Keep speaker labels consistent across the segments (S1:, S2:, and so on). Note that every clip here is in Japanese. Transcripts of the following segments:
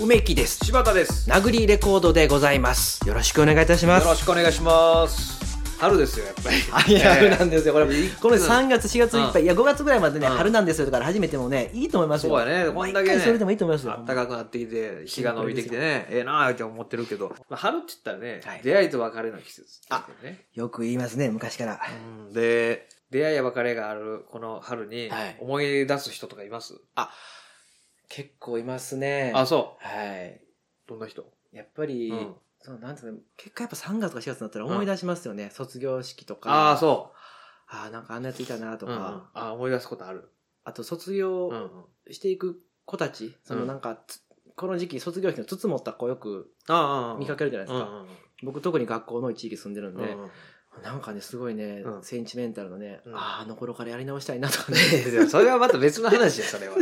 S1: 梅木です
S2: 柴田ですよ
S1: 殴りレコードでございますよろしくお願いいたします
S2: ろしくお願いします春ですよやっぱり
S1: い や春なんですよこれ
S2: えー
S1: この3月4月いっぱい、
S2: う
S1: いや5月ぐらいまでね、
S2: うん
S1: 春なんですよとから始めてもねいいと思いますよ
S2: そうやねこんだ
S1: 毎
S2: けね
S1: 回それでもいいと思いますよ
S2: あったかくなってきて日が伸びてきてねええなあって思ってるけど、まあ、春って言ったらね、
S1: はい
S2: 出会いと別れの季節っていうね
S1: よく言いますね昔から
S2: うんで出会いや別れがあるこの春に
S1: はい
S2: 思い出す人とかいます、
S1: 結構いますね
S2: あそ
S1: はい。
S2: うどんな人、
S1: やっぱり、
S2: うん
S1: そのなんていうの、結果やっぱ3月とか4月になったら思い出しますよね。卒業式とか。
S2: ああ
S1: う。
S2: そ
S1: ああ、なんかあんなやついたな
S2: う
S1: と
S2: う
S1: か、
S2: んうんああ思い出すことある、
S1: あと卒
S2: うんう
S1: 業
S2: ん、
S1: していく子たち、そうの
S2: ん
S1: なんかつ、この時期卒業式のつつもった子よく
S2: あああ
S1: 見かけるじゃない
S2: るう
S1: で
S2: ん
S1: す
S2: う
S1: か。
S2: ん
S1: 僕特に学校の地域住んでるん
S2: うんう
S1: で、
S2: んうん
S1: なんかね、すごいね、
S2: うん
S1: センチメンタルのね、
S2: うん
S1: ああ、あの頃からやり直したいなとかね。
S2: いやそれはまた別の話よ、それは。だ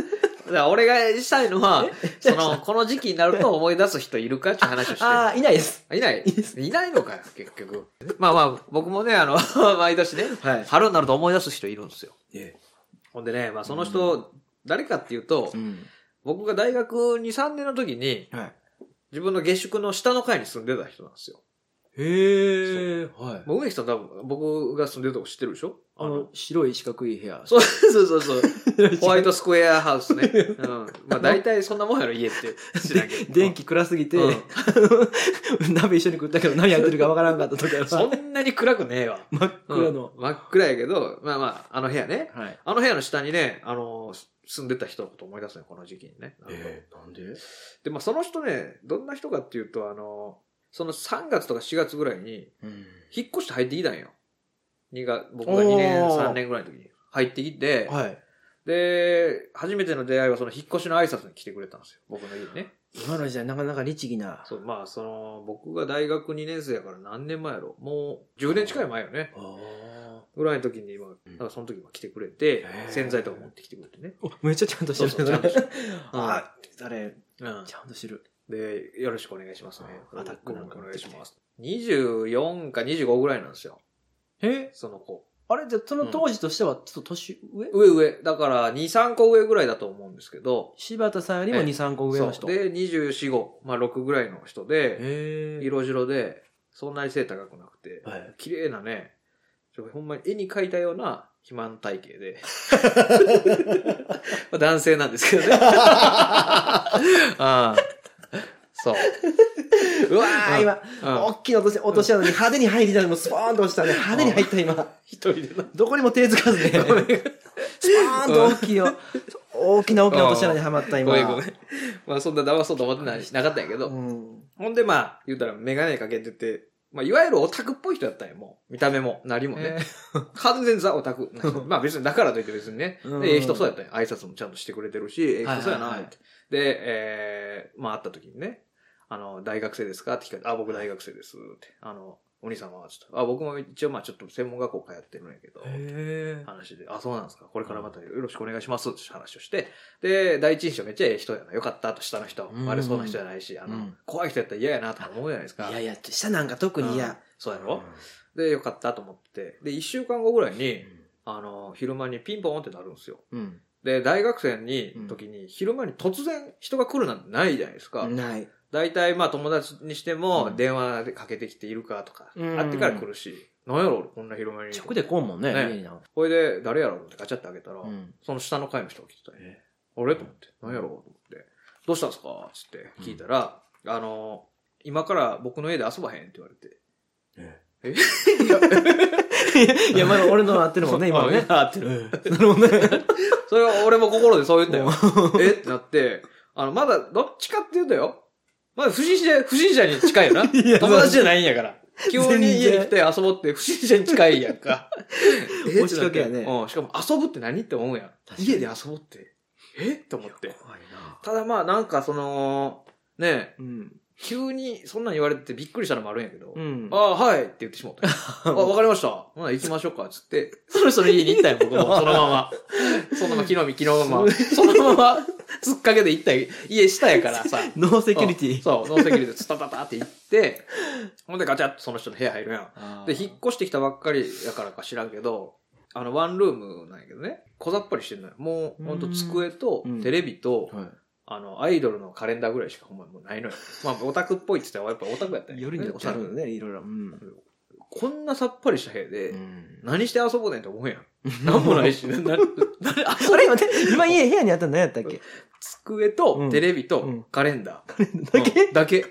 S2: から俺がしたいのは、その、この時期になると思い出す人いるかっていう話をしてる
S1: ああ、いないです。
S2: いない
S1: いいです
S2: いないのかよ、結局。まあまあ、僕もね、あの、 毎年ね、
S1: はい。
S2: 春になると思い出す人いるんですよ。
S1: え
S2: ほんでね、まあその人、誰かっていうと、
S1: うん。
S2: 僕が大学2、3年の時に、
S1: はい。
S2: 自分の下宿の下の階に住んでた人なんですよ。
S1: へえ、はい。
S2: もう梅木さん多分、僕が住んでるとこ知ってるでしょ
S1: あの、、白い四角い部屋。
S2: そうそうそうそう。ホワイ
S1: ト
S2: トスクエアハウ スね。うん。まあ大体そんなもんやろ、家って。知らんけど。
S1: 電気暗すぎて、
S2: う
S1: 鍋一緒に食ったけど何やってるかわからんかった時ある
S2: そんなに暗くねえわ。
S1: 真っ
S2: うん
S1: 暗の、
S2: 真っ暗やけど、まあまあ、あの部屋ね。
S1: はい
S2: あの部屋の下にね、あのー住んでた人のこと思い出すね、この時期にね。
S1: なんで
S2: で、まあその人ね、どんな人かっていうと、あのーその3月とか4月ぐらいに、引っ越して入ってきたんよ。二が僕が2年、
S1: おー
S2: 3年ぐらいの時に入ってきて、
S1: はい
S2: で、初めての出会いはその引っ越しの挨拶に来てくれたんですよ。僕の家にね。
S1: 今の時代なかなか律儀な
S2: そう、まあ、その、僕が大学2年生やから何年前やろもう10年近い前よね。
S1: あ
S2: ぐらいの時に、まあ、
S1: うん
S2: なんかその時も来てくれて
S1: へ、ー
S2: 洗剤とか持ってきてくれてね。
S1: ーめっちゃちゃんとして
S2: そう
S1: る
S2: そうちゃんとして
S1: ああれ
S2: うん
S1: ちゃんとしてる
S2: で、よろしくお願いしますね。
S1: うんアタックなんか
S2: お
S1: 持っ
S2: 願
S1: て
S2: い
S1: き
S2: してます。24か25ぐらいなんですよ。
S1: え
S2: その子。
S1: あれじゃあその当時としてはちょっと年上、
S2: 上上。だから、2、3個上ぐらいだと思うんですけど。
S1: 柴田さんよりも
S2: ええ
S1: 23個上の人
S2: そうで、24、5、まあ6ぐらいの人で、
S1: へえ
S2: 色白で、そんなに背高くなくて、
S1: はい
S2: 綺麗なね、ちょほんまに絵に描いたような肥満体型で。 まあ男性なんですけど ね。ああそう。うわ
S1: あ
S2: ー
S1: ー今、
S2: うん
S1: 大きな落とし落とし穴に派手に入りたいもうスポーンと落ちたね派手に入った今
S2: 一人 でな。
S1: どこにも手つかずね
S2: ごめん
S1: スパーンと大きいよ。大きな大きな落とし穴にはまった今。
S2: ごめんごめん。まあそんな騙そうと思ってないなかったんやけど。
S1: うん。
S2: ほんでまあ、言うたらメガネかけてて、まあいわゆるオタクっぽい人だったんや、もう。見た目も、なりもね。完全ザオタク。まあ別に、だからといって別にね。
S1: うん
S2: でええ人そうやったんや。挨拶もちゃんとしてくれてるし、ええ人そうやな、
S1: はいはいはい
S2: って。で、えー、まあ会った時にね、あの、大学生ですかって聞かれて、あ、僕大学生です。って。あの、お兄様はちょっと、あ、僕も一応まあちょっと専門学校通ってるんやけど、
S1: へ
S2: 話で、あ、そうなんですか。これからまたよろしくお願いしますって話をして、で、第一印象めっちゃええ人やな。よかったと下の人
S1: うん。
S2: 悪そうな人じゃないし、あの、
S1: うん
S2: 怖い人やったら嫌やなとか思うじゃないですか。
S1: いやいや、下なんか特に
S2: うん
S1: 嫌。
S2: そうやろ、で、よかったと思ってて。で、一週間後ぐらいに、あの、昼間にピンポンってなるんですよ。
S1: うん。
S2: で、大学生に
S1: うん、
S2: 時に、昼間に突然人が来るなんてないじゃないですか。
S1: ない。
S2: 大体、まあ友達にして
S1: う
S2: も
S1: ん、
S2: 電話でかけてきているかとか、
S1: うん
S2: 会ってから来るし、なんやろ、俺こんな昼間に。
S1: 直でこうもんね。
S2: ね
S1: 家にな
S2: これで、誰やろうってガチャって開けたら、
S1: うん。
S2: その下の階の人が来てたんや
S1: え
S2: あれと思って、何やろうと思って、どうしたんすかつって聞いたら、あの、今から僕の家で遊ばへんって言われて。え
S1: いや、まあ俺の合ってるもんね、今のね。
S2: あ合ってる。
S1: る。なるほどね。
S2: それは俺も心でそう言
S1: も
S2: ったよ。えってなって、あの、まだどっちかって言うとよ。まだ不審者、不審者に近いよな。
S1: いや
S2: 友達じゃないんやから。急
S1: 全
S2: に
S1: 然
S2: 家に来て遊ぼうって不審者に近いやんか。 え
S1: 押しかけやね
S2: ってなってうん。しかも遊ぶって何って思うやん。
S1: かに
S2: 家で遊ぼうって。えって思って。
S1: 怖いな。
S2: ただまあなんかその、ねえ、
S1: うん。
S2: 急にそんなん言われてびっくりしたのもあるんやけど、
S1: うん
S2: あ。あ、はいって言ってしま ったよ。あ、わかりました。ほな行きましょうか、つって。その人の家に行ったんや、僕も。そのまま。 そのまま、昨日見、昨日まま。そのまま、突っかけて行ったんや家下やから さ。
S1: ノーセキュリティ。
S2: そう、ノーセキュリティでツタタタって行って、ほんでガチャッとその人の部屋入るやん。で、引っ越してきたばっかりやからか知らんけど、あの、ワンルームなんやけどね。小ざっぱりしてんのよ。もう、ほんと机と
S1: うん
S2: テレビと、
S1: はい。
S2: あの、アイドルのカレンダーぐらいしかほんまもうない のよ。まあ、オタクっぽいって言ったらやっぱオタクやったんや
S1: 夜によってある
S2: お
S1: のね、いろいろ。うん。
S2: こんなさっぱりした部屋で、
S1: うん
S2: 何して遊ぼうねんって思うやん。なんもないし、 なな
S1: あれ待って、今家、部屋にあったの何やったっけ
S2: 机
S1: う
S2: と
S1: ん
S2: テレビ
S1: う
S2: と
S1: ん
S2: カレンダー。
S1: だけ
S2: うんだけ。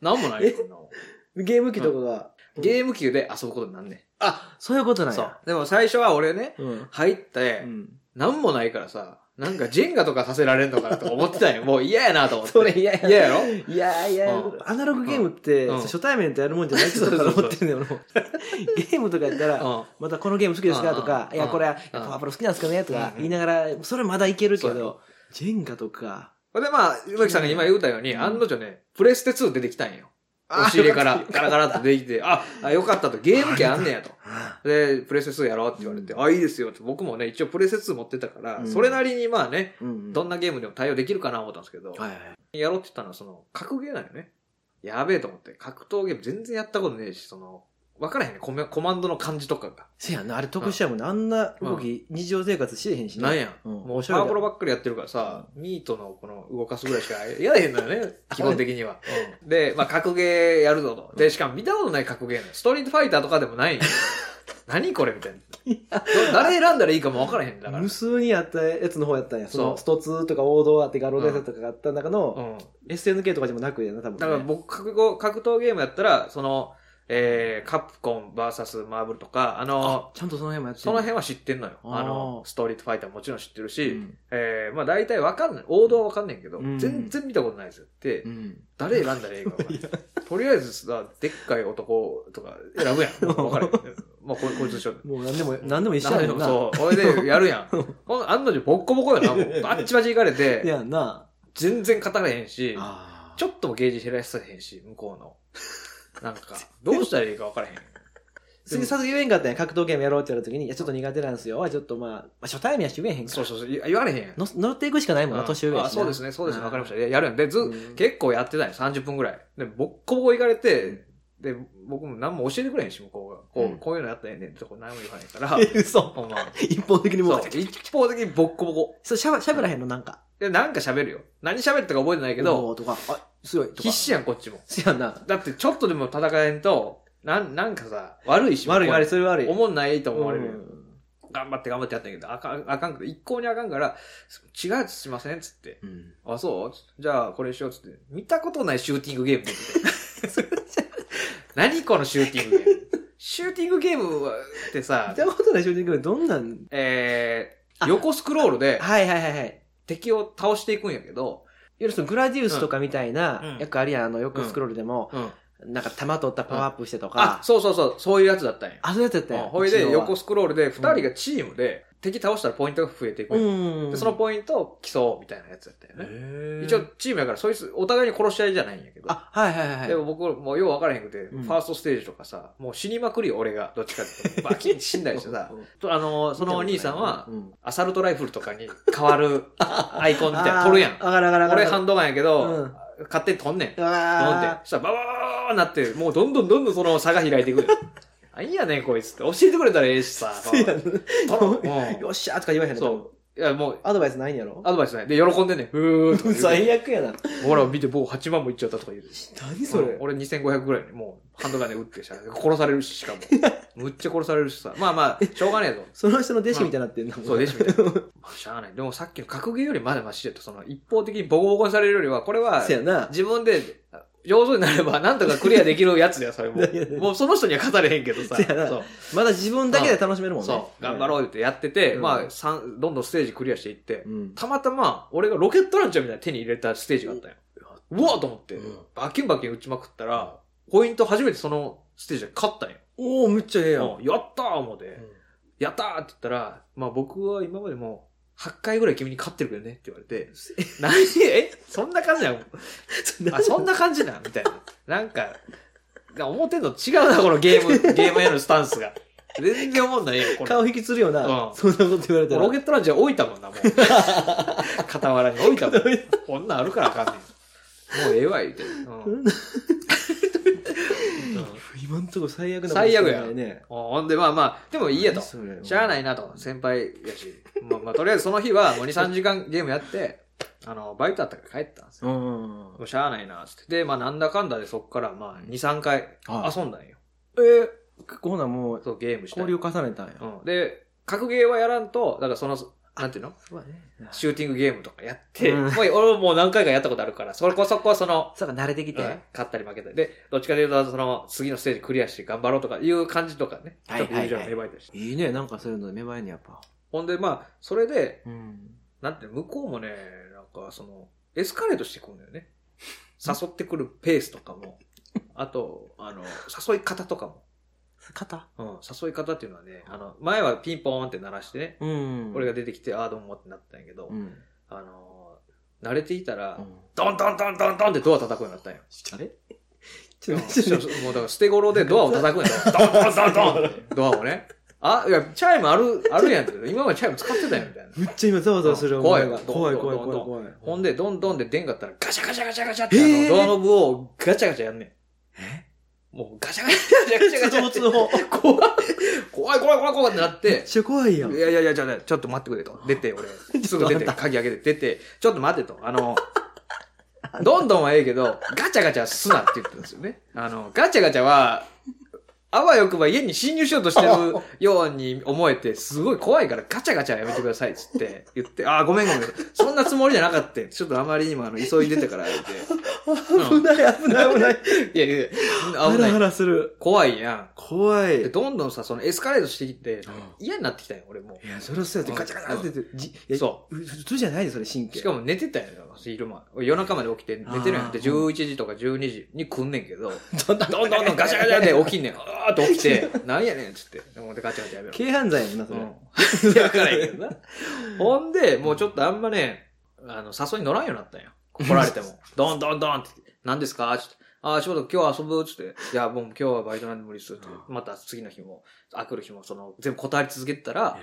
S2: なんもないよ、こんなもん
S1: ゲーム機とかが。
S2: ゲーム機で遊ぶことになんねん。あ
S1: そういうことなん
S2: そう
S1: や。。
S2: でも最初は俺ね、
S1: うん。
S2: 入って、
S1: うん
S2: なんもないからさ、なんかジェンガとかさせられんのかなとか思ってたんよ。もう嫌やなと思って。
S1: それ嫌やな
S2: 嫌やろ
S1: いやいや
S2: うん、
S1: アナログゲームって、
S2: うん
S1: 初対面とやるもんじゃないってことだと思ってんだよ、俺もゲームとかやったら、
S2: うん。
S1: またこのゲーム好きですかとか、
S2: うん
S1: いや、これ、
S2: うん
S1: パワプロ好きなんですかねと
S2: うん
S1: か言いながら、それまだいけるけ
S2: そうや
S1: ど、ジェンガとか、
S2: ほんでまあ、植木さんが今言うたように、
S1: うん
S2: 案の定ね、プレステ2出てきたんよ。押し入れから、ガラガラって出てきて、あ、あよかったと、ゲーム機あんねやと。で、プレステ2やろうって言われて、
S1: うん
S2: あ、いいですよって、僕もね、一応プレステ2持ってたから、
S1: うん
S2: それなりにまあね、
S1: うん
S2: どんなゲームでも対応できるかな思ったんですけど、
S1: はいはい。
S2: やろうって言ったのは、その、格ゲーなのね。やべえと思って、格闘ゲーム全然やったことねえし、その、わからへんね、コメコマンドの感じとかが。
S1: せやな、あれ特殊やもんね。あんな動き、日常生活してへんし
S2: なん
S1: ね。
S2: や、
S1: うん
S2: も
S1: お
S2: う
S1: し
S2: パ
S1: ゃれだ
S2: ワープロばっかりやってるからさ、ミートのこの動かすぐらいしかやれへんのよね、基本的には。うんで、まあ、格ゲーやるぞと。で、しかも見たことない格ゲーの。ストリートファイターとかでも ないんよ何これみたいな。誰選んだらいいかも分からへんだから。
S1: 無数にあったやつの方やったんや。そ
S2: そう
S1: の、スト2とか王道あってガロー大戦とかがあった中
S2: う
S1: の、
S2: ん。
S1: SNK とかでもなくやな、多分ね。
S2: だから僕、格闘格闘ゲームやったら、その、えー、カプコン VS マーブルとか、あ
S1: あ、
S2: の、
S1: ちゃんとその辺もやって
S2: その辺は知ってんのよ。あの、
S1: あー
S2: ストリートファイターももちろん知ってるし、
S1: 辺
S2: えー、まあ大体わかんない。王道はわかんないけど、
S1: うん
S2: 全然見たことないですよ。で、
S1: うん。
S2: 誰選んだらいいか分からんとりあえずさ、でっかい男とか選ぶや ん。もう分かる。まあこいこいつでしょ。
S1: もう何でも、何でも一緒やもんな。
S2: そう。俺でやる やん。ほん案の定ボッコボコよな。もうバッチバチいかれて、
S1: やんな。
S2: 全然語れへんし、
S1: あ
S2: ちょっともゲージ減らせへんし、向こうの。なんか、どうしたらいいか分からへん。
S1: すぐさず言えんかったんや、格闘ゲームやろうって言われた時に、いや、ちょっと苦手なんですよ。あちょっとまあ、まあ、初対面やし言えへんか
S2: そう
S1: ら。
S2: そうそう、い言われへんやん。
S1: の乗っていくしかないもんな、年上やしな。
S2: あそうですね、そうですね、
S1: うん
S2: わかりました。ややるやん。で、ず、
S1: うん
S2: 結構やってたんよ、30分ぐらい。で、ボッコボコ行かれて、で、僕も何も教えてくれへんし、向こうが。
S1: う
S2: こう、
S1: ん
S2: こういうのやったらええねんってとこ何も言わへんか ら。
S1: え、嘘。
S2: ほんま。
S1: 一方的にもう。
S2: そう一方的にボッコボコ。
S1: そう、しゃば、しゃべらへんの、なんか。
S2: で、なんか喋るよ。何喋ったか覚えてないけど、
S1: おーとか、あ、すごい、とか。
S2: 必死やん、こっちも。
S1: せやんな。
S2: だって、ちょっとでも戦えんと、なん、なんかさ、悪いし、
S1: 悪い悪い、
S2: い。
S1: それ悪い。
S2: おもんないと思われるやん。
S1: うん
S2: 頑張って頑張ってやったんやけど、あかん、あかんくて、一向にあかんから、違うやつしませんっつって。
S1: うん。
S2: あ、そうじゃあ、これしようっつって。見たことないシューティングゲーム出てきて 何このシューティングゲーム。シューティングゲームはってさ
S1: 見、たことない正直どんなん
S2: え
S1: あ
S2: ー、横スクロールで
S1: はいはいはいはい。いわ
S2: 敵を倒していくんやけど、
S1: ゆるそのグラディウスとかみたい
S2: うんうん
S1: な、よくあるやん、あの、よくスクロールでも、なんか弾取ったらパワーアップしてと
S2: あ
S1: か、、
S2: そうそうそう、そういうやつだったんや。
S1: あ、そうやってやった
S2: うん
S1: やん。
S2: ほいで、横
S1: ス
S2: スクロールで、二人がチームで、敵倒したらポイントが増えていくんや、
S1: うん。
S2: でそのポイントを競うみたいなやつだったよね。
S1: へー
S2: 一応、チームやから、そいつ、お互いに殺し合いじゃないんやけど。
S1: あ、はいはいはい。
S2: でも僕、もうよう分からへんくて、
S1: うん。
S2: ファーストステージとかさ、もう死にまくりよ、俺が。どっちかっていうと。バキン死んだりして さ
S1: うん
S2: とあの、そのお兄さんは
S1: う、ん
S2: アサルトライフルとかに変わるアイコンみたいなの撮るやん
S1: あ。ー上がる上がる上がる。
S2: 俺ハンドガンやけど、
S1: うん
S2: 勝手に撮んねん。ドンって
S1: あ。
S2: そしたらバババババーなって、もうどんどんどんどんその差が開いて いくる。あ、いいやねん、こいつって。教えてくれたらええしさ。
S1: ーせや
S2: 撮る
S1: なよっしゃーとか言わへん
S2: うん
S1: の
S2: そう。いや、もう、
S1: アドバイスないんやろ
S2: アドバイスない。で、喜んでんねん。ふーとか言う
S1: 最悪やな。
S2: ほら、見て、僕8万もいっちゃったとか言う。
S1: 何それ
S2: うん。俺2500ぐらいにもうハンドガンで撃ってしたら殺されるししか もむっちゃ殺されるしさまあまあしょうがねえぞ
S1: その人の弟子みたいになってんだもん。
S2: そう弟子みたいな、まあ、しゃあないでもさっきの格ゲーよりまだマシだとその一方的にボコボコにされるよりはこれは
S1: せやな。
S2: 自分で上手にな ればなんとかクリアできるやつだよそれも
S1: いやいやいや
S2: もうその人には勝たれへんけどさ
S1: せやな
S2: そう
S1: まだ自分だけで楽しめるもんね。
S2: そう頑張ろ
S1: う
S2: うってやってて、
S1: うん
S2: まあさんどんどんステージクリアしていって、
S1: ん。うん。
S2: たまたま俺がロケットランチャーみたいな手に入れたステージがあったんようわーと思って、
S1: うん
S2: バキンバキン打ちまくったら、ポイント初めてそのステージで勝ったんよ。
S1: おー、むっちゃええやん。
S2: うんやったー思って、やったーって言ったら、まあ僕は今までもう8回ぐらい君に勝ってるけどねって言わ れて、何えそんな感じなの あ、そんな感じなみたいな。なんか、なんか思ってんの違うな、このゲーム、ゲームへのスタンスが。全然思んないよ、これ。
S1: 顔引きつるよな
S2: う。ん
S1: そんなこと言われたら。
S2: ロケットランチャー置いたもんな、もう。傍らに置いたもん。こんなんあるからあかんねん。もうええわ、言うて。うん
S1: うん今んとこ最悪な
S2: 最悪や
S1: ね。。
S2: ほんで、まあまあ、でもいいやと。しゃあないいなと。先輩やし。まあまあ、とりあえずその日はもう2、3時間ゲームやって、あの、バイトあったから帰ったんですよ。
S3: うんうんうん
S2: もうしゃあないな、つって。で、まあなんだかんだでそっからまあ2、3回
S3: はい
S2: 遊んだんよ。
S3: えー、結構ほなもう、
S2: そう、ゲームした
S3: 交
S2: り。
S3: 流重ねたんや。
S2: うん。で、格ゲーはやらんと、だからその、なんていうの
S1: そうだね。
S2: シューティングゲームとかやって、
S3: うん
S2: もう俺ももう何回かやったことあるから、そこそこその、
S1: そうか、慣れてきて。
S2: うん勝ったり負けたり。で、どっちかというと、その、次のステージクリアして頑張ろうとかいう感じとかね。
S1: はいはいはい
S2: ちょっと友情が芽生えたりして。
S3: いいね、なんかそういうの芽生えんねやっぱ。
S2: ほんで、まあ、それで、
S3: うん。
S2: なんていうの、向こうもね、なんか、その、エスカレートしてくるんだよね。誘ってくるペースとかも、あと、あの、誘い方とかも。
S3: 肩
S2: うん、誘い方っていうのはね、あの、前はピンポーンって鳴らしてね、
S3: うん。
S2: 俺が
S3: が、
S2: 出てきて、ああ、どうもってなったんやけど、
S3: うん。
S2: あのー慣れていたら、ドンドンドンドンドンってドア叩くようになったんよ。
S3: あれ
S1: ち ょっと待
S2: そ
S1: って
S2: うそうもうだから捨て頃でドアを叩くんやろ。ドンドンドンドンってドアをね。あ、いや、チャイムある、あるやんって。今までチャイム使ってたやんみたいな。
S3: めっちゃ今ざわざわする
S2: うん
S3: 思が
S2: 怖
S3: 怖
S2: い
S3: い
S2: わ
S3: 怖い怖い
S2: どんどん
S3: 怖い。
S2: ほん
S3: で、
S2: で、ドンドンで電がったら、ガシャガシャガシャガシャって、あ
S3: へ
S2: の、
S3: ー
S2: ドアノブをガチャガチャやんねん。もうガシャガシャガシャガチャガチャ
S3: の方。
S2: 怖い、怖い怖い怖い怖いってなっ
S3: め
S2: て
S3: っ、ちゃ怖いやん。
S2: いやいやいや、じゃあね、ちょっと待ってく れと。出て、俺。すぐ出て、鍵開けて、出て、ちょっと待ってと。あの、どんどんはええけど、ガチャガチャすなって言ってるんですよね。あの、ガチャガチャは、あわよくば家に侵入しようとしてるように思えて、すごい怖いからガチャガチャやめてくださいっつって言って、ああ、ごめんごめん。そんなつもりじゃなかったよちょっとあまりにもあの、急いでたから言って。
S3: 危ない危 ない危ない。
S2: いやいや、
S3: ハ
S2: 危
S3: ラハ
S2: ない。
S3: ラする。
S2: 怖いやん。
S3: 怖い。
S2: で、どんどんさ、そのエスカレートしてきて
S3: うん、
S2: 嫌になってきたよ、俺もう。
S3: いや、それはそうやってガチャガチャって出てじいや、。
S2: そう
S3: 普通じゃないで、それ神経。
S2: しかも寝てたんやろ、昼間。夜中まで起きて寝てるんやって、
S3: あー
S2: 11時とか12時に来んねんけど、どんどんどん どんガチャガチャで起きんねん。あーっと起きて、なんやねんっつって。でも俺ガチャガチャやめろ。
S3: 軽犯罪やんな、それ。
S2: うん。いやわからへんけどな。ほんで、もうちょっとあんまね、あの、誘いに乗らんようになったんよ。来られて も。どんどんどんって。何ですかつって。ああ、仕事今日遊ぶっつって。いや、もう今日はバイトなんで無理っすって。また次の日も、あくる日も、その、全部断り続けてたら、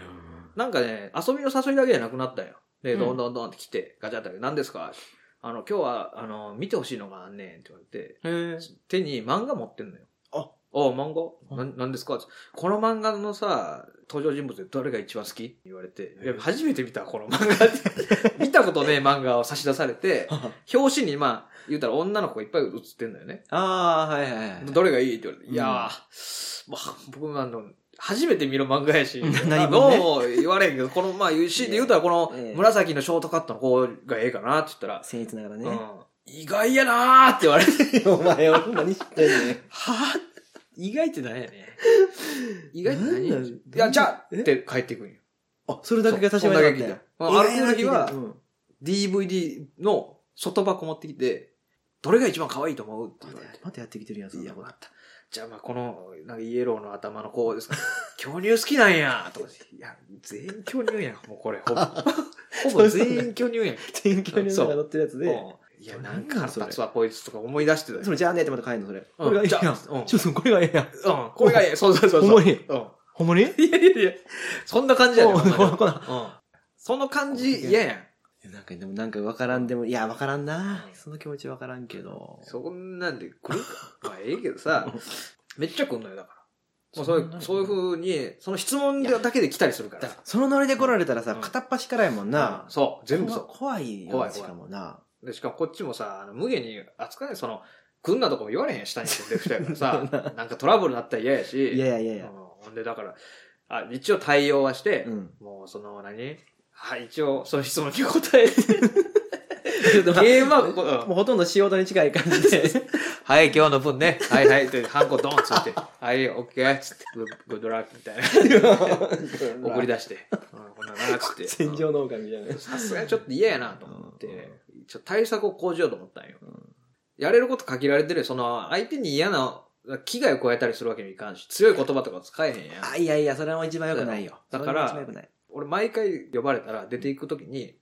S2: なんかね、遊びの誘いだけじゃなくなったんよ。で、
S3: うん
S2: どんどんどんって来て、ガチャって、何ですかあの、今日は、あの、見てほしいのがあんねんって言われて、
S3: へぇ
S2: 手に漫画持ってんのよ。
S3: あ
S2: お漫画な何ですかってこの漫画のさ、登場人物でどれが一番好きって言われて、いや、初めて見た、この漫画って。 見たことねえ漫画を差し出されて、表紙に、まあ、言うたら女の子がいっぱい写ってんのよね。
S3: ああ、はいはいはい。
S2: どれがいいって言われて、いやー、
S3: うん
S2: まあ、僕もあの、初めて見る漫画やし、
S3: うん
S2: 何
S3: 何
S2: も、
S3: もね
S2: どう言われへんけど、この、まあ、言うし、
S1: ええ
S2: で言うたらこの
S1: ええ
S2: 紫のショートカットの方がええかなって言ったら、
S1: 僭越ながら
S2: う
S1: ね。
S2: ん意外やなーって言われて、
S1: お前は何してんね
S2: はぁ意外って何やねん。意外って何
S3: なんだ
S2: いや、じゃあって帰っていくんよ。
S3: あ、それだけが差し
S2: そ
S3: 上
S2: ん
S3: げ
S2: だ
S3: だっ
S2: け聞い
S3: た
S2: た
S3: ん
S2: よ
S3: や。
S2: まあある時は
S3: う、ん
S2: DVD の外箱持ってきて、どれが一番可愛いと思うって
S1: ま
S2: 言われて。
S1: たまたやってきてるやん、そん
S2: い
S1: な
S2: や、
S1: こ
S2: 分
S1: と
S2: か。った。じゃあ、まあ、この、なんか、イエローの頭の子ですか。 恐竜好きなんやとか言っていや、全員恐竜やん。もうこれ、 ほぼ。ほぼ全員恐竜やん。
S1: 天気のが乗ってるやつで。
S2: うんいや、なんか腹立つわ、こいつとか思い出してたよ
S1: それじゃあねってまた帰んの、それ。
S2: うん
S3: これがいい
S2: じゃ
S3: や
S2: あ
S3: ん。
S2: うん
S3: ちょっとこれがええやん。
S2: うん、これがいい。そうそうそうそう。
S3: ほんまに
S2: うん。
S3: ほんまに
S2: いやいやいや、そんな感じやねん。
S3: お
S2: ほんまにう。
S3: おこんなん
S2: その感じ、嫌やん。
S1: なんか、でもなんか分からんでも、いや、分からんな
S2: う。ん
S1: その気持ち分からんけど。
S2: そんなんで来るか。まあ、ええけどさ、めっちゃ来んのよ、だから。もうそういう、そういう風に、その質問だけで来たりするから
S1: だからそのノリで来られたらさ、
S2: うん
S1: 片っ端からやもんな
S2: うん。そう、全部そう。
S1: 怖い
S2: 怖い
S1: よ、
S2: 怖い
S1: しかもな。
S2: で、しかもこっちもさ、あの、無限に扱えない、その、来んなとかも言われへん、下に住んでる人やからさ、 なんかトラブルなったら嫌やし、
S1: いやいやい
S2: うん
S1: や
S2: ほんで、だから、あ、一応対応はして、
S1: いや。 うん。
S2: もう、その、何はい、一応、その質問に答 えて、ゲームはここ、うん
S1: もうほとんど仕事に近い感じで。
S2: はい、今日の分ね、はいはい、って、ハンコドンつって、はい、オッケー、つって、グッグッドラックみたいな、送り出して、うん、こんなんな、つ って。
S1: 戦場の狼みたいな。
S2: さすがにちょっと嫌やなと思って、
S1: うん
S2: ちょっと対策を講じようと思ったんよ。
S1: ん
S2: やれること限られてるよその、相手に嫌な、危害を加えたりするわけにもいかんし、強い言葉とか使えへんやん。
S1: あ、いやいや、それも一番良くないよ。
S2: だから
S1: それも一番良くない。
S2: 俺毎回呼ばれたら出ていくときに、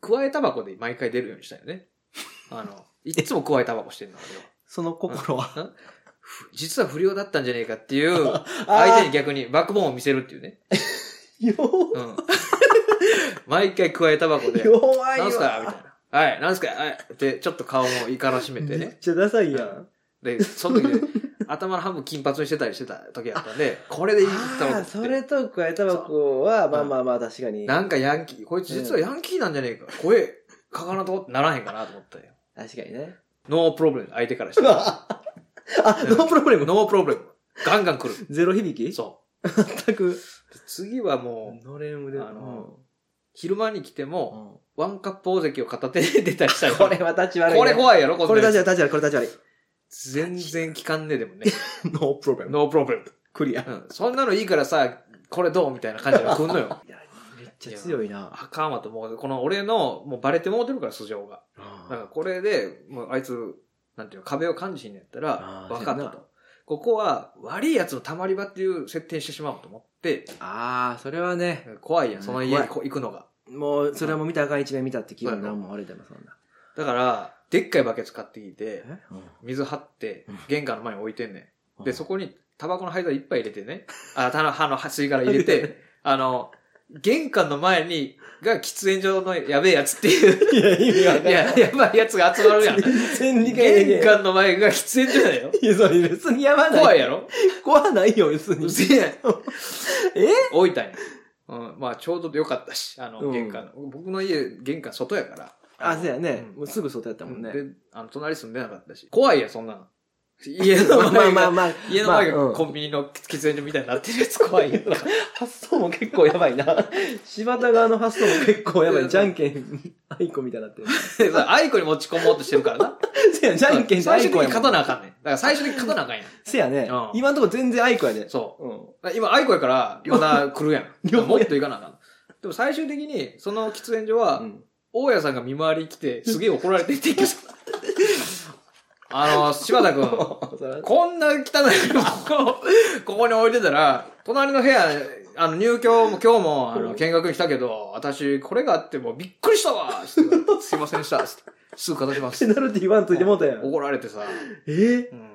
S2: 加えタバコで毎回出るようにしたよね。あ の、いつも加えタバコしてんの、俺は。
S1: その心は。
S2: ふ実は不良だったんじゃねえかって いう、相手に逆にバックボーンを見せるっていうね。
S1: に。よ
S2: うん。 毎回加えタバコ で、
S1: 弱い
S2: なんすかみたい
S1: わ。
S2: な。はい、なんすかはい。で、ちょっと顔もいからしめて
S1: めっ
S2: ね。
S1: ちゃダサいやん。
S2: で、その時で、 頭の半分金髪にしてたりしてた時やったんで、これでいいだろうと思
S1: あ
S2: っ
S1: あ、
S2: て
S1: それと加えたばこは、
S2: う
S1: まあまあまあ、確かに。
S2: なんかヤンキー、こいつ実はヤンキーなんじゃねえか。怖え。書かなとならへんかなと思ったよ。
S1: 確かにね。
S2: ノープロブレム、相手からしたら。
S1: あ、ノープロブレム。
S2: ノープロブレム。ガンガン来る。
S1: ゼロ響き
S2: そ
S1: 全く。
S2: う。で次はもう、
S1: ノレムで。
S2: あの昼間に来て
S1: う
S2: も、
S1: ん
S2: ワンカップ大関を片手で出たりしたら、
S1: これは立ち悪い、ね。
S2: これ怖いやろ、
S1: これ立ち
S2: だ
S1: 悪い、立ち
S2: け
S1: 悪い、これ立ち悪い。
S2: 全然効かんねえでもね。
S1: ノープロブレム。
S2: ノープロブレム。
S1: クリア。
S2: うん。そんなのいいからさ、これどうみたいな感じが来んのよ。
S1: いや、めっちゃ強いな。
S2: あかんわと思う。この俺の、もうバレてもうてるから、素性が。なんかこれで、もうあいつ、なんていうの、壁を感じひんのやったら
S1: あ、ー
S2: 分か
S1: そ
S2: っ
S1: う
S2: た
S1: やな
S2: と。ここは、悪い奴の溜まり場っていう設定にしてしまおうと思って、
S1: ああ、それはね、
S2: 怖いやん、その家に
S1: うん
S2: こ行くのが。
S1: もう、それはもう見たらあかん一面見たって気分なもん悪いでもそんな。
S2: だから、でっかいバケツ買ってきて、
S1: え
S2: 水張って
S1: うん、
S2: 玄関の前に置いてんね。
S1: うんん
S2: で、そこに、タバコの灰皿いっぱい入れてね。あ、たの、歯の吸い殻入れて、 あの、玄関の前に、が喫煙所のやべえやつって いう、
S1: いや、意味
S2: いや、やばいやつが集まるやん。
S1: 全理解で
S2: 玄
S1: きない。
S2: 関の前が喫煙所だよ。
S1: いや、それ別にやばない。
S2: 怖いやろ
S1: 怖ないよ、別
S2: う
S1: に。
S2: せ え。
S1: え
S2: 置いたんや。うん、まあちょうどよかったし、あの、
S1: うん
S2: 玄関、僕の家、玄関外やから。
S1: あ、そうやね。
S2: うん
S1: もうすぐ外やったもんね。
S2: で、あの、隣住んでなかったし。怖いやん、そんなの。家の
S1: ま
S2: 前
S1: あ
S2: が、
S1: まあまあまあ。
S2: 家の前
S1: まあう
S2: が
S1: ん
S2: コンビニの喫煙所みたいになってるやつ 怖いよ。
S1: 発想も結構やばいな。柴田側の発想も結構やばい。じゃんけん、アイコみたいになってる。
S2: でさアイコに持ち込もうとしてるからな。
S1: せや、じゃんけんとアイ
S2: 最終的
S1: コ
S2: に
S1: や
S2: 勝
S1: も
S2: た
S1: ん。
S2: なあかんねん。だから最終的に勝たなあかんやん。
S1: せやね
S2: うん。
S1: 今んとこ全然アイコやで。
S2: そう。
S1: うん。
S2: だから今、アイコやから、まだ来 るや
S1: 両
S2: ん。
S1: 方
S2: もっといかなあかん。でも最終的に、その喫煙所は、
S1: うん
S2: 大家さんが見回り来て、すげえ怒られていってんけどあの、柴田君、
S1: そら
S2: こんな汚いのをここに置いてたら、隣の部屋、あの、入居も今日も、あの、見学に来たけど、私、これがあってもうびっくりしたわつってすいませんでしたつってすぐ片しま
S1: ペ
S2: す。
S1: ナルティーワンついてもうたやん。
S2: 怒られてさ、
S1: えー
S2: うん、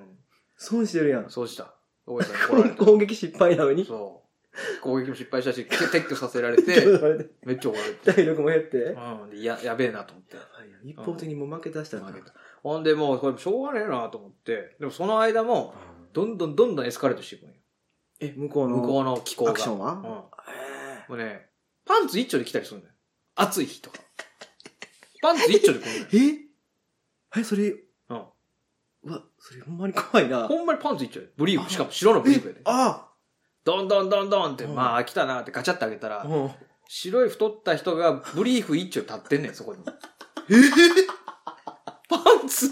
S1: 損してるやん。
S2: そうした。大家さんに怒られて。
S1: 攻撃失敗なのに。
S2: そう。攻撃も失敗したし、け撤去させられて、
S1: 体
S2: めっちゃ怒られて。
S1: 力も減って。
S2: うん。でや、やべえなと思って。
S1: 一方的にもう負け出したら
S2: 負
S1: 負
S2: け
S1: け
S2: たほんで、もう、これしょうがねえなと思って。でも、その間も、どんどんどんどんエスカレートしていくんよ。
S1: え、向こうの。
S2: 向こうの気候が。
S1: アクションは
S2: うん。も
S1: え
S2: うね、パンツ一丁で来たりするんだよ。暑い日とか。パンツ一丁で 来るんだよ。
S1: ーええ、それ、
S2: うん。
S1: うわ、それほんまに怖いな。
S2: ほんまにパンツ一丁で。ブリーフ。しかも白のブリーフやで。
S1: あ
S2: どんどんどんどんって、
S1: うん
S2: まあ、来たなってガチャってあげた
S1: あ
S2: ら、
S1: うん。
S2: 白い太った人がブリーフ一丁立ってんねん、そ こに。パンツ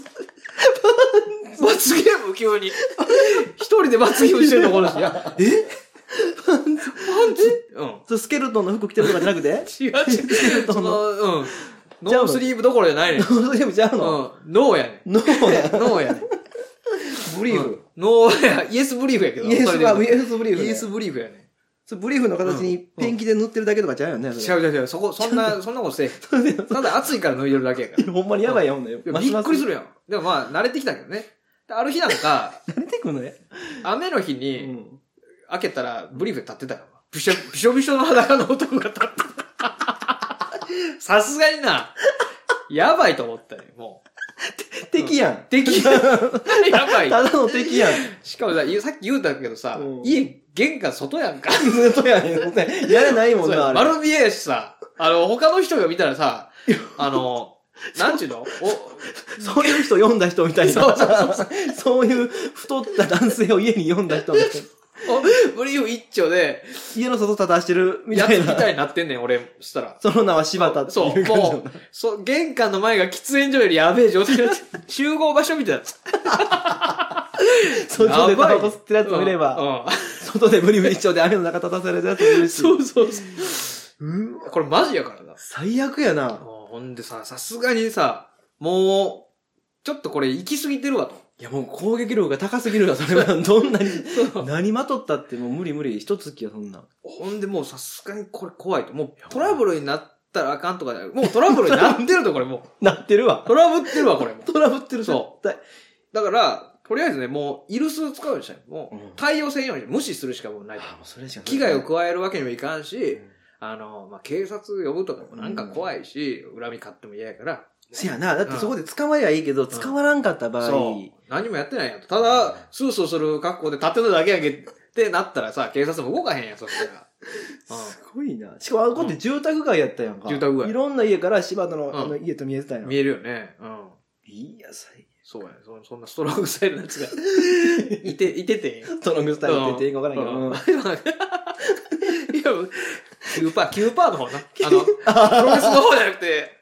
S2: 罰ゲーム急に。 一人で罰ゲームしてるところだし。いやえパンツパン
S1: それスケルトンの服着てるとかじゃなくて
S2: ツうん。違う違う。
S1: スケル ト
S2: そ
S1: ンの。
S2: の、うん。ノースリーブどころじゃないね ん。うん。
S1: ノーゲームちゃうの
S2: ノーやね
S1: ノーや
S2: ん。ノーやね ん。
S1: ブリーフ。
S2: ノーや、イエスブリーフやけど。
S1: イエスは、イ
S2: ブ
S1: エスブリーフ
S2: リーフ。
S1: ね。
S2: イエスブリーフやねん。
S1: それブリーフの形にペンキで塗ってるだけとかちゃうよね。
S2: 違う違う違う。そこ、そんな、そんなことせえへん。ただ暑いから脱いでるだけやから。
S1: う。ほんまにやばいやんね。
S2: いやびっくりす
S1: る。
S2: るやん。でもまあ、慣れてきたけどね。である日なん か、
S1: 出てくるのね。
S2: 雨の日
S1: う
S2: に、
S1: ん。
S2: 開けたら、ブリーフで立ってたから。びしょ、びしょびしょの裸の男が立ってた。 さすがにな、やばいと思ったよ、も
S1: 敵やん
S2: う。。敵や、やばい。
S1: ただの敵 やん。
S2: しかもさ、さっき言うたけどさ、
S1: うん
S2: 家、玄関外やん か。
S1: ずっとやねん。やれないもん
S2: そう
S1: な、
S2: や
S1: あれ。
S2: 丸見えやしさ、あの、他の人が見た らさ、あの、なんちゅうのお、
S1: そういう人読んだ人みたいな。
S2: そう
S1: そういう太った男性を家に読んだ人みたいな。
S2: お、ブリーフ一丁で、
S1: 家の外立たしてるみ
S2: やつ
S1: たい
S2: みた
S1: な。
S2: いになってんねん、俺、したら。
S1: その名は柴田って
S2: そ、
S1: いうう感じ
S2: も
S1: の
S2: う、そう、玄関の前が喫煙所よりやべえ状 態になって、集合場所みたいになっ
S1: 外で
S2: やば
S1: タ
S2: い
S1: バコ吸ってるやつもいれば、
S2: ば。う
S1: 外でブリブリ一丁で雨の中立たされるやつもいる
S2: ん。
S1: し。
S2: そうそうそう
S1: わ
S2: う。これマジやからな。
S1: 最悪やな。
S2: ほんでさ、さすがにさ、もう、ちょっとこれ行き過ぎてるわと。
S1: いやもう攻撃力が高すぎるわ、それは。どんなに、何まとったってもう無理無理。一月よ、そんなん。
S2: ほんでもうさすがにこれ怖いと。もうトラブルになったらあかんとかじゃないもうトラブルになってると、これも
S1: なってるわ
S2: う。。トラブってるわ、これもう。
S1: トラブってる、絶
S2: そ
S1: 対。
S2: だから、とりあえずね、もう、イルス使うようにしたい。も
S1: うん
S2: う、対応せんように無視するしかもうないと。
S1: あもうそれしかない
S2: 危害を加えるわけにもいかんし、
S1: うん
S2: あの、まあ、警察呼ぶとかもなんか怖いし、恨み買っても嫌やから、
S1: せやな。だってそこで捕まえりゃいいけど、捕まらんかった場合、
S2: そう。何もやってないやんと。ただ、スースーする格好で立ってただけやんけってなったらさ、警察も動かへんやん、そしたら。
S1: すごいな。しかもあの子って住宅街やったやんか。
S2: うん住宅街
S1: いろんな家から柴田の
S2: ん
S1: あの家と見えてたやん。
S2: 見えるよね。うん。
S1: いや、最
S2: そうやね。そそんなストロングスタイルのやつが いて、いてて。
S1: 悪。トロングスタイルって言っていいか分からんけど。うん
S2: けど。いや、9%、9%の方な。あの、プロレスの方じゃなくて、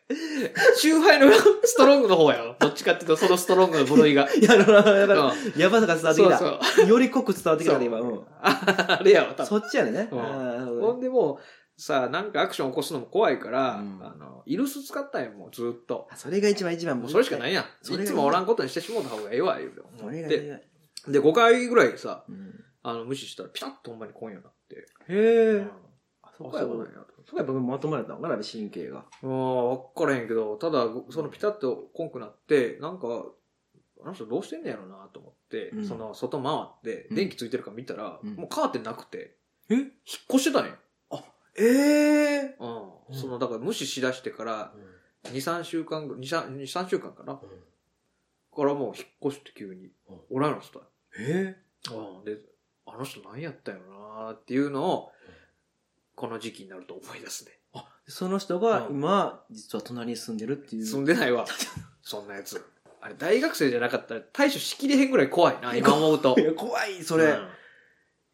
S2: シューハイのストロングの方やろ。どっちかっていうと、そのストロングの部類が。
S1: いや、だから、 だか
S2: うん
S1: ら、やばさが伝わって
S2: そう
S1: き
S2: そう。
S1: た。より濃く伝わってきたね、今。うん
S2: あれやろ、多分。
S1: そっちやね。
S2: うん
S1: あーなるほ
S2: ほ
S1: ど
S2: ん
S1: ね
S2: でもう、さあ、なんかアクション起こすのも怖いから、
S1: うん
S2: あの、イルス使ったんや、もうずっと。
S1: あそれが一番一番。。
S2: もうそれしかないいやん。
S1: それが
S2: いつもおらんことにしてしもうた方がええわ、言うて
S1: それが一
S2: で、
S1: 番。
S2: で、5回ぐらいさ、
S1: うん
S2: あの、無視したらピタッとほんまに来んようになって。
S1: へ
S2: う
S1: え
S2: ん。
S1: あそこやもん
S2: あそうなんや
S1: そこやっぱまとまれたのかな、神経が。
S2: ああ、わからへんけど、ただ、そのピタッとこんくなって、なんか、あの人どうしてんねやろなと思って、
S1: うん
S2: その、外回って、
S1: うん
S2: 電気ついてるか見たら、
S1: うん
S2: もうカーテンなくて、
S1: え
S2: 引っ越してたね
S1: ええ。
S2: う。
S1: うんん
S2: その、だから無視しだしてから、2、3週間ぐ、2、3、2 3週間かな、からもう引っ越して急に
S1: うん、
S2: おらんのしたよ。
S1: え
S2: うん。で、あの人何やったよなっていうのを
S1: うん、
S2: この時期になると思い出すね。
S1: その人が
S2: うん
S1: 今、実は隣に住んでるっていう。
S2: 住んでないわ。 そんなやつ。あれ、大学生じゃなかったら対処しきれへんぐらい怖いな、今思 うと。
S1: いや、怖い、それ。いや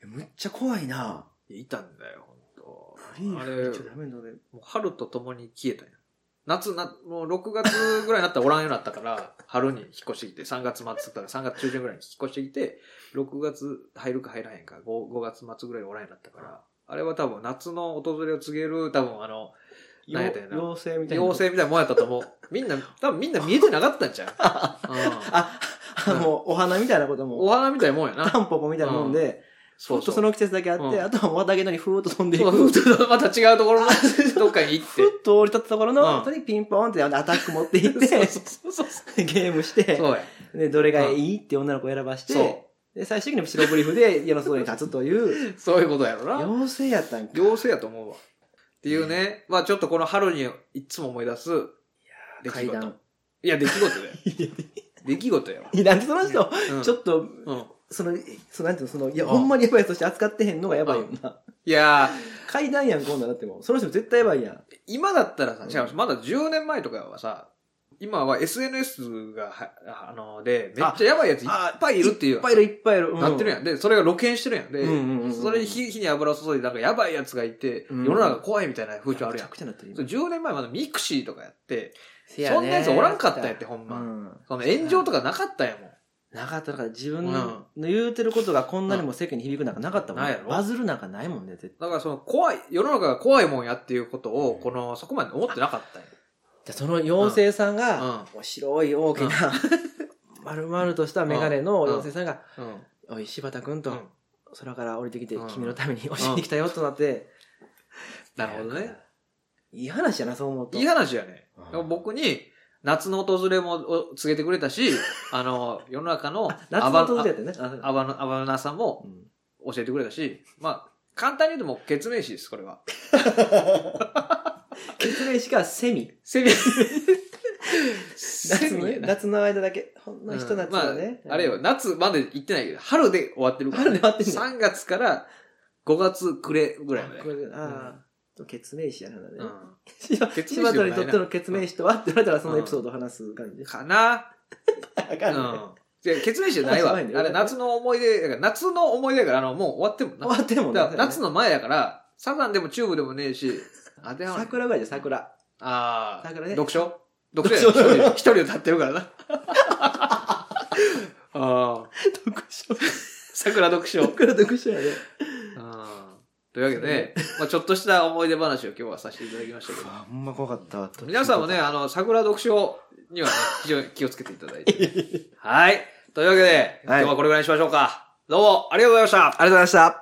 S1: むっちゃ怖いな。
S2: うんいたんだよ、ほんと。あ
S1: あ
S2: れ、
S1: れ
S2: も
S1: ちょダメだね。
S2: う春と共に消えたんや夏な、もう6月ぐらいになったらおらんようになったから、 春に引っ越してきて、3月末だから3月中旬ぐらいに引っ越してきて、6月入るか入らへんか、5, 5月末ぐらいにおらんようになったから、あれは多分夏の訪れを告げる、多分あの、
S1: よ
S2: なんやったんやな
S1: 妖精みたいな。
S2: 妖精みたいなもんやったと思う。みんな、多分みんな見えてなかったんちゃ う、うん
S1: あ、 あの、お花みたいなことも、
S2: お花みたいなもんやな。
S1: タンポポみたいなもんで、ほ
S2: そうんそ
S1: と
S2: う。
S1: その季節だけあって、
S2: うん
S1: あとは綿毛のようにふーっと飛んでい
S2: そ
S1: く。
S2: うそうそうまた違うところ のどっかに行って
S1: ふ。っと降り立ったところ
S2: うん
S1: の、後にピンポンってアタック持っていって、
S2: そうそうそ
S1: ゲームし
S2: う。
S1: て、
S2: そうや。
S1: で、どれがいいって女の子を選ばし
S2: そ
S1: て、で、最終的に白ブリーフで家の外に立つという、
S2: そういうことやろな。
S1: 妖精やったんか。
S2: 妖精やと思うわ。っていうね。まあちょっとこの春にいつも思い出す出来
S1: 階
S2: 事。
S1: 段。
S2: いや、出来事 だよ。出来事やわ。
S1: いやなんでその人、
S2: うん
S1: ちょっと、
S2: うん
S1: その、その、なんていうの、その、いや、
S2: うん
S1: ほんまにやばいやつとして扱ってへんのがやばいよな。
S2: いや
S1: 階段やん、こんなんだってもう。その人絶対やばいやん。
S2: ー、今だったらさ、
S1: うん
S2: 違う、まだ10年前とかはさ、今は SNS がは、あの、で、めっちゃやばいやついっぱいいるっていう。
S1: いっぱいいる、いっぱいいる。う
S2: なってるやん。で、それが露見してるやん。で、
S1: うんうんうんうん
S2: それに火火に油を注いで、なんかやばいやつがいて、
S1: うん
S2: 世の中怖いみたいな風潮ある
S1: めち
S2: や
S1: ゃ
S2: ん。
S1: くちゃなってる
S2: そう
S1: 今。
S2: 10年前まだミクシーとかやって、
S1: そ
S2: そんなやつおらんかったんやって、ほんま。
S1: うん
S2: その炎上とかなかったんやもん。
S1: なかった。だから自分
S2: うん
S1: の言うてることがこんなにも世間に響くなんかなかったもん
S2: ない
S1: ね
S2: や。ろ
S1: バズるなんかないもんね、絶対。
S2: だからその怖い、世の中が怖いもんやっていうことを
S1: う、ん
S2: この、そこまで思ってなかったんや。
S1: じゃあその妖精さん
S2: う
S1: が、
S2: ん
S1: お白い大きな、 丸々としたメガネの妖精さんが、。
S2: うん。
S1: おい、柴田くん
S2: う
S1: と
S2: ん、
S1: 空から降りてきて
S2: うん、
S1: 君のために教えに来たよとなって。
S2: なるほどね。。
S1: いい話やな、そう思うと。
S2: いい話やね。
S1: うん
S2: でも僕に、夏の訪れもお告げてくれた し、あの、世の中の、
S1: 夏の当時やったよね。あ
S2: アバナ、アバナさんも、
S1: うん
S2: 教えてくれたし、まあ、簡単に言うともう、決明詞です、これは。
S1: 結明詞がセミ。
S2: セミ。
S1: 夏
S2: セ
S1: の
S2: ミ
S1: ね
S2: やな。
S1: 夏の間だけ。ほんの一夏だね。
S2: まあ、あれよ、夏まで行ってないけど、春で終わってるから、
S1: 春で終わってんの
S2: 3月から5月くれぐらいまで。
S1: これああ、決明詞やなだね
S2: う。ん。
S1: 柴
S2: 決明詞
S1: 田
S2: でもない
S1: に
S2: な
S1: とっての決明詞とはって言われたらそのエピソードを話す感じで。
S2: かな
S1: あか
S2: う
S1: んない
S2: ん。じゃ決明詞じゃないわ。あ
S1: あ
S2: れ
S1: そうなんだよ
S2: 夏の思い出、だから夏の思い出だから、あの、もう終わってんもんな
S1: 終わってんもんね
S2: だから夏の前だから、サザンでもチューブでもねえし、当てはまらない
S1: 桜ぐらいじゃ桜。
S2: ああ、
S1: 桜ね
S2: 読書読書やな一人で一人で立ってるからな。 ああ、
S1: 読書。
S2: 桜読書。
S1: 桜読書やね。
S2: あーというわけでね、まあちょっとした思い出話を今日はさせていただきましたけ ど、
S1: あんま怖かったわ。
S2: 皆さんもね、あの、桜読書にはね、非常に気をつけていただいて。はい。というわけで、今日はこれぐらいにしましょうか。どうも、ありがとうございました。ありがとうございました。